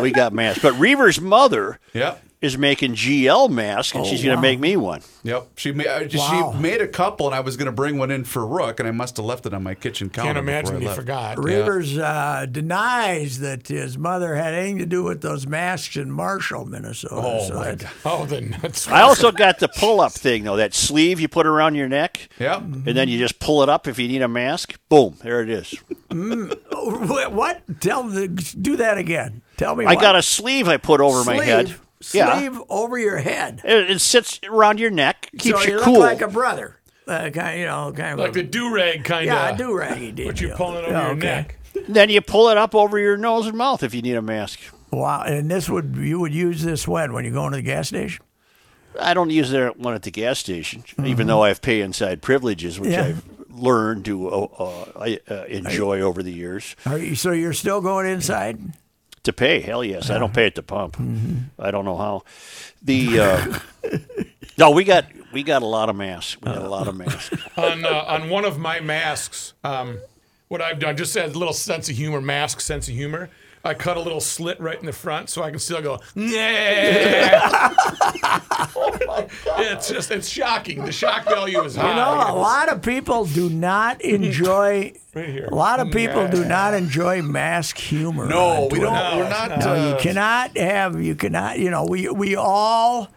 we got masks. But Reaver's mother Yep. is making GL masks, Oh, and she's going to make me one. Yep. She made Wow. she made a couple, and I was going to bring one in for Rook, and I must have left it on my kitchen counter. Can't imagine before I he left. forgot. Reavers uh, denies that his mother had anything to do with those masks in Marshall, Minnesota. Oh so my that- god. Oh, the nuts. I also got the pull-up thing though, that sleeve you put around your neck, Yep. and then you just pull it up if you need a mask. Boom, there it is. Wh- What? Tell the, do that again. Tell me. I what. got a sleeve I put over sleeve, my head. Yeah. Sleeve over your head. It, it sits around your neck, keeps so you, you cool. look like a brother. Uh, kind, you know, kind of Like a- the do rag kind of. yeah, I do raggy deal. But you pulling over Yeah, your okay. neck. then you pull it up over your nose and mouth if you need a mask. Wow, and this would you would use this when when you go into the gas station? I don't use that one at the gas station, even though I have pay inside privileges, which Mm-hmm. Yeah. I've learned to uh, uh, I, uh, enjoy over the years. Are you, so you're still going inside? To pay, hell yes, I Uh-huh. don't pay at the pump. Mm-hmm. I don't know how. The uh, no, we got we got a lot of masks. We got a lot of masks. on uh, on one of my masks. Um, what I've done, just as a little sense of humor, mask sense of humor. I cut a little slit right in the front so I can still go. Yeah. It's just it's shocking. The shock value is high. Oh You know, a lot of people do not enjoy. here. A lot of people do not enjoy mask humor. No, on we don't. Twitter. we're not. No, uh, you cannot have. You cannot. You know, we we all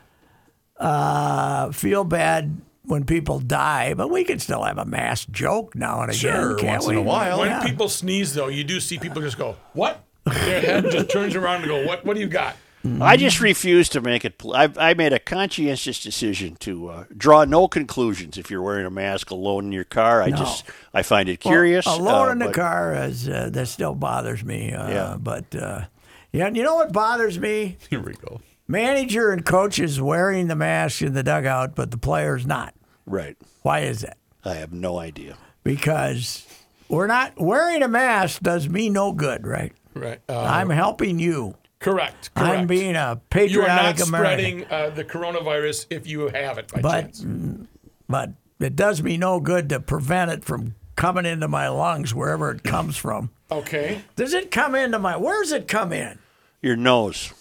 uh, feel bad when people die, but we can still have a mass joke now and again, Sure, can't once we? in a while. When Yeah. people sneeze, though, you do see people just go, "What?" Their head just turns around and go, "What? What do you got?" I just refuse to make it. pl- I, I made a conscientious decision to uh, draw no conclusions if you're wearing a mask alone in your car. I just I find it curious. Well, alone uh, in the but- car is uh, that still bothers me. Uh, Yeah. but uh, yeah, and you know what bothers me? Here we go. Manager and coaches wearing the mask in the dugout, but the players not. Right. Why is that? I have no idea. Because we're not wearing a mask does me no good, right? Right. Uh, I'm helping you. correct. Correct. I'm being a you are patriotic not American. spreading uh, the coronavirus if you have it by But chance. but it does me no good to prevent it from coming into my lungs wherever it comes from. Okay. Does it come into my where's it come in? Your nose.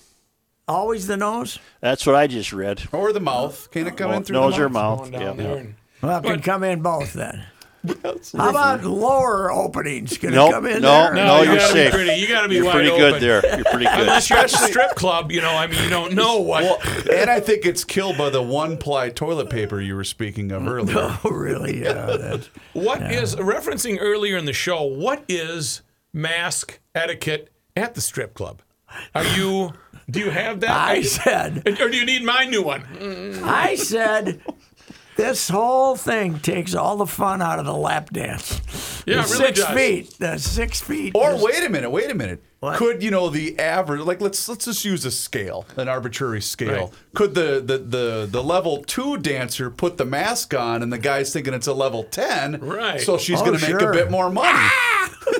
Always the nose? That's what I just read. Or the mouth. Can it come in through nose the or mouth? mouth. down Yeah. there and- Well, it can come in both then. How about lower openings? Can Nope, it come in no, there? Oh, no, you're gotta safe. Be pretty, you got to be You're wide pretty open. good there. You're pretty good. Unless you're at the strip club, you know. I mean, you don't know what. Well, and I think it's killed by the one ply toilet paper you were speaking of earlier. Oh, really? Yeah. That's, What is referencing earlier in the show? What is mask etiquette at the strip club? Are you? Do you have that? I Mm. said. or do you need my new one? I said, this whole thing takes all the fun out of the lap dance. The Yeah, it really six does. feet. The six feet. Or is- wait a minute, wait a minute. Could you know the average? Like let's let's just use a scale, an arbitrary scale. Could the, the the the level two dancer put the mask on, and the guy's thinking it's a level ten, Right. So she's Oh, going to make sure. a bit more money.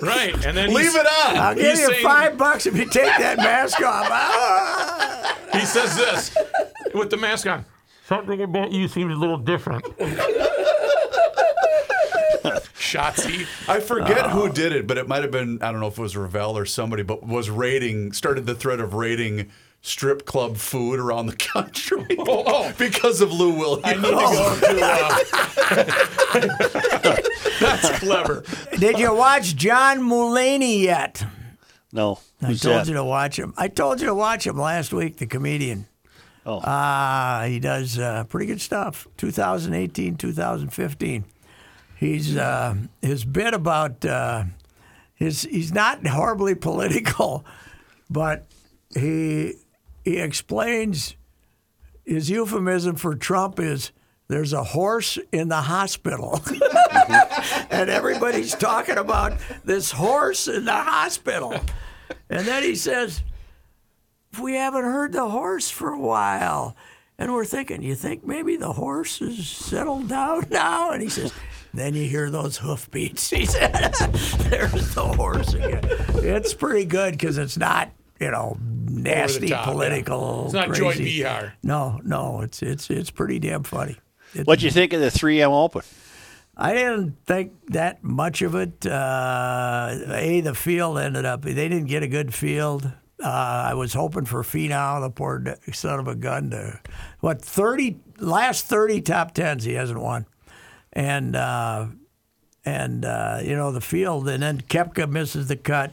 Right. And then Leave he's- it on. I'll give He's you saying- five bucks if you take that mask off. Ah! He says this with the mask on. Something about you seems a little different. Shotzi. I forget who did it, but it might have been I don't know if it was Ravel or somebody, but was raiding started the thread of raiding strip club food around the country oh. because of Lou Williams. I need to Oh. go to. Uh, that's clever. Did you watch John Mulaney yet? No. I told you to watch him. I told you to watch him last week, the comedian. Oh. Uh, he does uh, pretty good stuff. 2018, 2015. He's uh, his bit about uh, his. He's not horribly political, but he he explains his euphemism for Trump is there's a horse in the hospital. and everybody's talking about this horse in the hospital. And then he says, We haven't heard the horse for a while. And we're thinking, You think maybe the horse is settled down now? And he says, Then you hear those hoofbeats. He said, There's the horse again. It's pretty good because it's not, you know, nasty top, yeah. political. It's not Joy crazy. Behar. No, no, it's it's it's pretty damn funny. It- What'd you think of the 3M Open? I didn't think that much of it. Uh, a, the field ended up, they didn't get a good field. Uh, I was hoping for Finau, the poor d- son of a gun, to what thirty last thirty top tens he hasn't won, and uh, and uh, you know the field, and then Kepka misses the cut,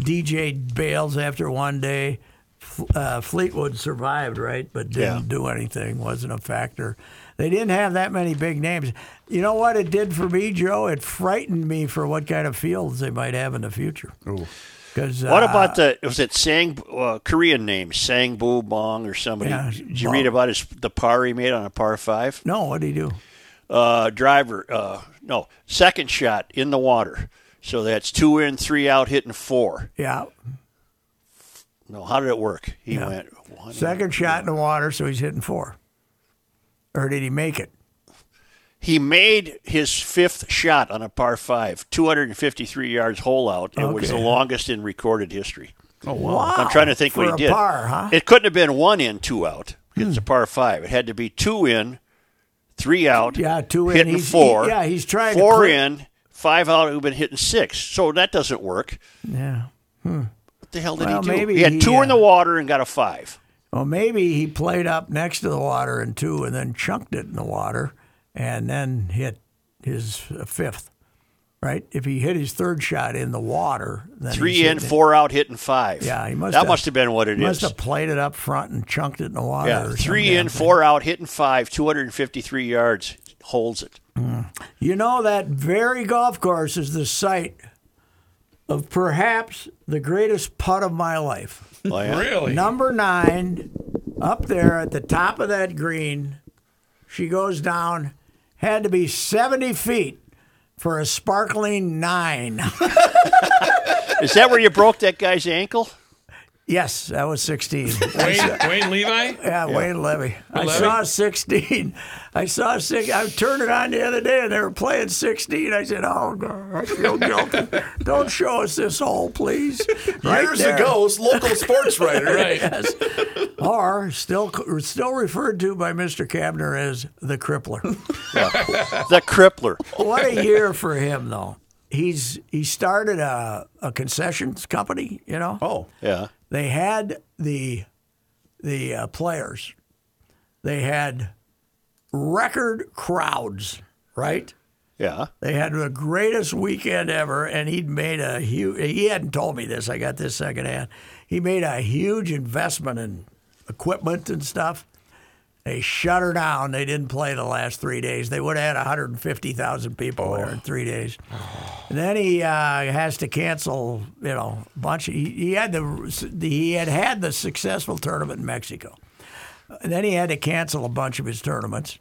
DJ bails after one day, F- uh, Fleetwood survived right, but didn't Yeah. do anything, wasn't a factor. They didn't have that many big names. You know what it did for me, Joe? It frightened me for what kind of fields they might have in the future. uh, Because What about the was it Sang uh, Korean name Sang Boo Bong or somebody? Yeah, Did you Bong. read about his the par he made on a par five? no? What do you do? Uh, driver, uh, no second shot in the water. So that's two in, three out, hitting four. Yeah, No, how did it work? He went one. second shot in the water, so he's hitting four. Or did he make it? He made his fifth shot on a par five, 253 yards hole out. It was the Okay. Oh, longest in recorded history. Wow. I'm trying to think for what he a did. Par, huh? It couldn't have been one in, two out. It's Hmm. a par five. It had to be two in, three out. Yeah, two in. hitting He's- four. he- yeah, he's trying to four clear- in, five out. Who've been hitting six? So that doesn't work. yeah. Hmm. What the hell did Well, he do? maybe he he, had two in uh, the water and got a five. Well, maybe he played up next to the water in two and then chunked it in the water and then hit his uh, fifth, right? If he hit his third shot in the water, then he's Three in, hitting it. four out, hitting five. Yeah, he must That have- must have been what it is. Must have played it up front and chunked it in the water. Yeah, or three something. in, four out, hitting five, 253 yards, holds it. You know, that very golf course is the site of perhaps the greatest putt of my life. Oh, yeah. Really? Number nine, up there at the top of that green, she goes down. Had to be 70 feet for a sparkling nine. Is that where you broke that guy's ankle? yes, that was 16. Wayne, Wayne Levi? Yeah, Wayne Levy. I Levy? saw 16. I saw six. I turned it on the other day and they were playing 16. I said, "Oh, God, I feel guilty. Don't show us this hole, please." Right Years there. ago, s- local sports writer. Right. or still still referred to by Mr. Kavner as the crippler. The crippler. what a year for him though. He's he started a, a concessions company, you know. Oh, Yeah. They had the the uh, players. They had record crowds, right? Yeah. They had the greatest weekend ever, and he'd made a huge. He hadn't told me this. I got this secondhand. He made a huge investment in equipment and stuff. They shut her down. They didn't play the last three days. They would have had 150,000 people there in three days. And then he uh, has to cancel, you know, a bunch. Of, he, he had the he had had the successful tournament in Mexico. And then he had to cancel a bunch of his tournaments.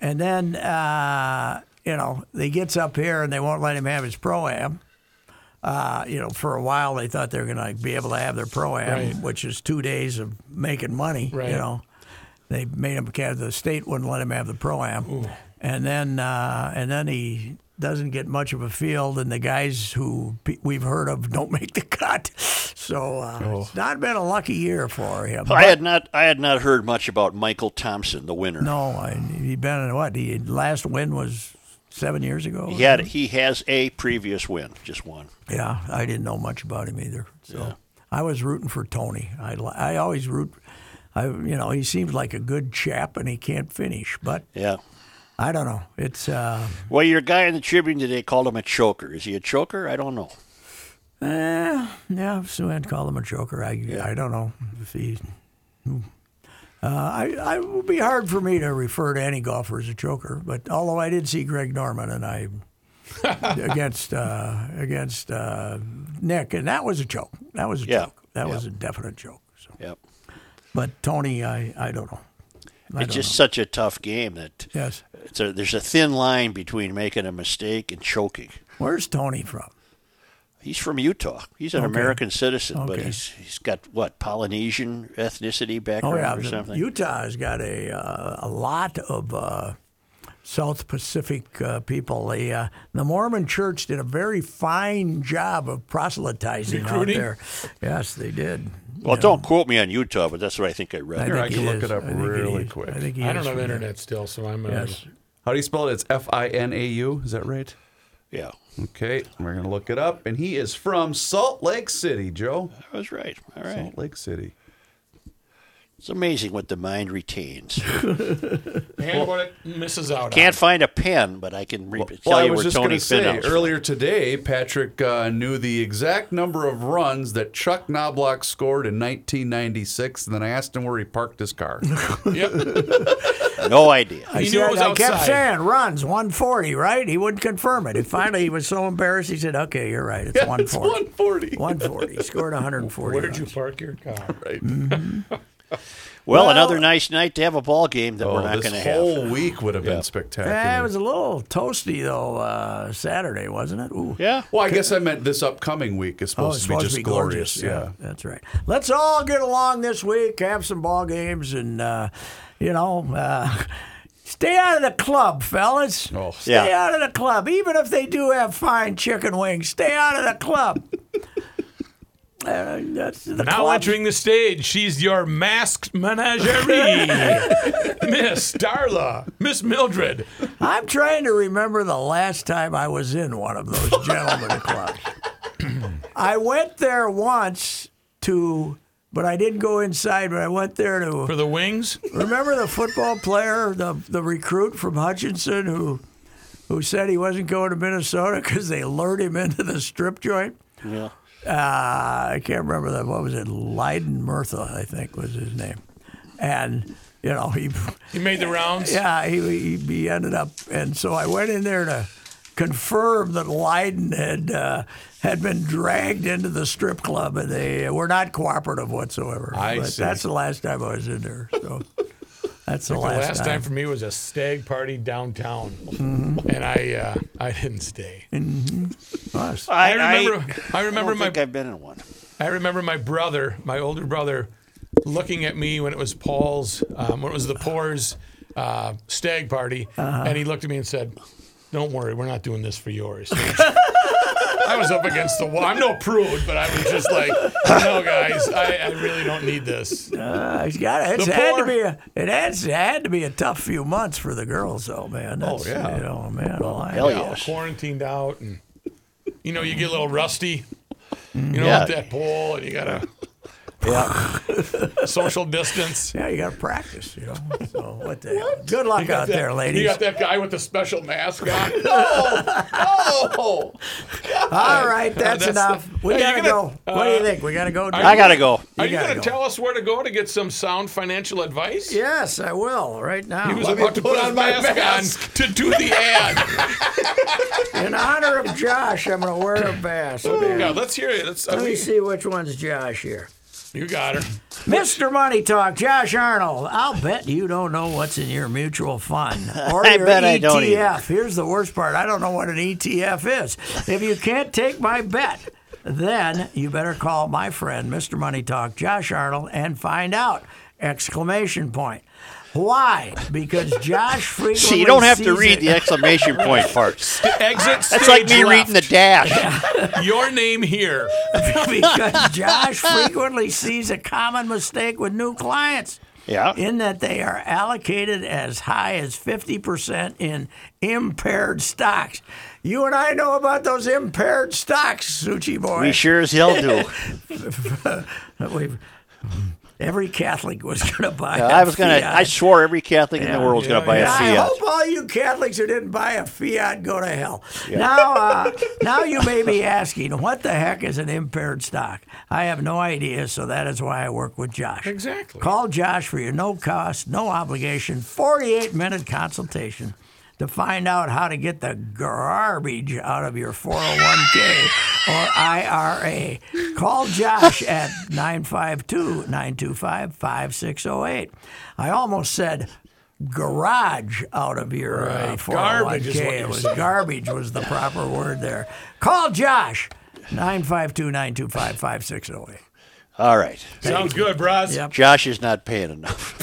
And then, uh, you know, he gets up here and they won't let him have his pro am. Uh, you know, for a while they thought they were going to be able to have their pro am, Right. which is two days of making money. Right. You know, they made him have the state wouldn't let him have the pro am, and then uh, and then he doesn't get much of a field, and the guys who pe- we've heard of don't make the cut. So uh, it's not been a lucky year for him. Oh. I had not I had not heard much about Michael Thompson, the winner. No, I, he been in what? He last win was seven years ago. He had he has a previous win, just one. Yeah, I didn't know much about him either. So I was rooting for Tony. I li- I always root. I you know he seems like a good chap, and he can't finish. But Yeah. I don't know. It's uh, Well, your guy in the Tribune today called him a choker. Is he a choker? I don't know. eh, yeah. if Sue Ann called him a joker. I I don't know if he. hmm. Uh, I, I it would be hard for me to refer to any golfer as a choker, but although I did see Greg Norman and I against uh, against uh, Nick, and that was a joke. That was a Yeah. joke. That was a definite joke. So. Yep. But Tony, I, I don't know. I it's don't just such a tough game that know. yes. it's a, there's a thin line between making a mistake and choking. Where's Tony from? He's from Utah. He's an American citizen, but Okay. he's he's got what Polynesian ethnicity Oh background yeah, or the- something. Utah's got a uh, a lot of uh, South Pacific uh, people. The uh, the Mormon Church did a very fine job of proselytizing Recruiting? out there. Yes, they did. well, don't quote me on Utah, but that's what I think I I read. Here, think I can he look is. it up I think he really is. quick. I think he I is don't have from there. internet still, so um, I'm. Uh, Yes. How do you spell it? It's F I N A U. Is that right? yeah, Okay, we're gonna look it up. And he is from Salt Lake City, Joe. I was right. All right, Salt Lake City. it's amazing what the mind retains. And what it misses out Can't find a pen, but I can re- tell Well, I you was where just Tony gonna say Finau's from. earlier today, Patrick uh, knew the exact number of runs that Chuck Knobloch scored in 1996, and then I asked him where he parked his car. on. Yep. No idea. I, He knew it said- was I kept outside. saying runs 140, right? He wouldn't confirm it. And finally, he was so embarrassed, he said, "Okay, you're right. It's 140." 140. 140. Scored 140. Where'd you runs. park your car? Well, Well- another nice night to have a ball game that Oh, we're not this going to have. whole week would have been spectacular. Eh, it was a little toasty though uh, Saturday, wasn't it? Ooh. Yeah. well, I guess I meant this upcoming week is Oh, supposed it's to be supposed just to be gorgeous. glorious. Yeah. that's right. Let's all get along this week, have some ball games, and uh, you know, uh, stay out of the club, fellas. Oh. stay Yeah. out of the club, even if they do have fine chicken wings. Stay out of the club. Uh, that's the Now club. entering the stage, she's your masked menagerie, Miss Darla, Miss Mildred. I'm trying to remember the last time I was in one of those gentlemen clubs. I went there once to, but I didn't go inside. But I went there to For the wings, remember the football player, the the recruit from Hutchinson who who said he wasn't going to Minnesota because they lured him into the strip joint. Yeah. Uh, I can't remember that. What was it? Leiden Murtha, I think, was his name. And you know he he made the rounds. yeah, he, he, he ended up, and so I went in there to confirm that Leiden had uh, had been dragged into the strip club, and they were not cooperative whatsoever. I but see. That's the last time I was in there. So that's the, The last, last time for me was a stag party downtown, and I uh, I didn't stay. Us. I, I remember I, I remember don't my think I've been in one. I remember my brother, my older brother, looking at me when it was Paul's, um, when it was the Poor's uh, stag party, and he looked at me and said, "Don't worry, we're not doing this for yours." I was up against the wall. I'm no prude, but I was just like, "No, guys, I, I really don't need this." Uh, he's got it. It's The had to poor- be a it had, it had to be a tough few months for the girls, though, man. Oh, That's, yeah. you know, man. I- hell You know, yes. quarantined out, and you know, you get a little rusty. You know, Yeah. up that pole, and you gotta social distance. yeah, you got to practice, you know. So what the hell? Good luck out there, ladies. You got that guy with the special mask on. Oh! All right, that's, that's the- enough. we Hey, you gotta go. gotta- what do you uh, think? We gotta go. Jim? I gotta go. Are you, gotta going to go. tell us where to go to get some sound financial advice? Yes, I will right now. He was Let me about to put put, on his my mask, mask. on to do the ad. In honor of Josh, I'm gonna wear a mask. man. yeah, let's hear it. Let's, uh, Let me see which one's Josh here. You got her. Mr. Money Talk, Josh Arnold. I'll bet you don't know what's in your mutual fund or I your E bet ETF. I don't either. E Here's the worst part: I don't know what an ETF is. If you can't take my bet, Then you better call my friend, Mr. Money Talk, Josh Arnold, and find out! Exclamation point. Why? Because Josh frequently See, you don't have to sees read it- the exclamation point part. Exit That's like stage me left. reading the dash. Your name here. because Josh frequently sees a common mistake with new clients. Yeah. In that they are allocated as high as 50% in impaired stocks. You and I know about those impaired stocks, Suchi boy. We sure as hell do. We've- every Catholic was going to buy Uh, I a was gonna. I Fiat. swore every Catholic in the world was gonna buy And I a Fiat. hope all you Catholics who didn't buy a Fiat go to hell. Now, uh, now you may be asking, what the heck is an impaired stock? I have no idea, so that is why I work with Josh. Exactly. Call Josh for your no cost, no obligation, 48 minute consultation to find out how to get the garbage out of your 401k or IRA. Call Josh at 952 925 5608. I almost said garage out of your uh, 401k. Garbage is what it you're was saying. garbage was the proper word there. Call Josh 952 925 5608. All right. Sounds good, bros. Yep. Josh is not paying enough.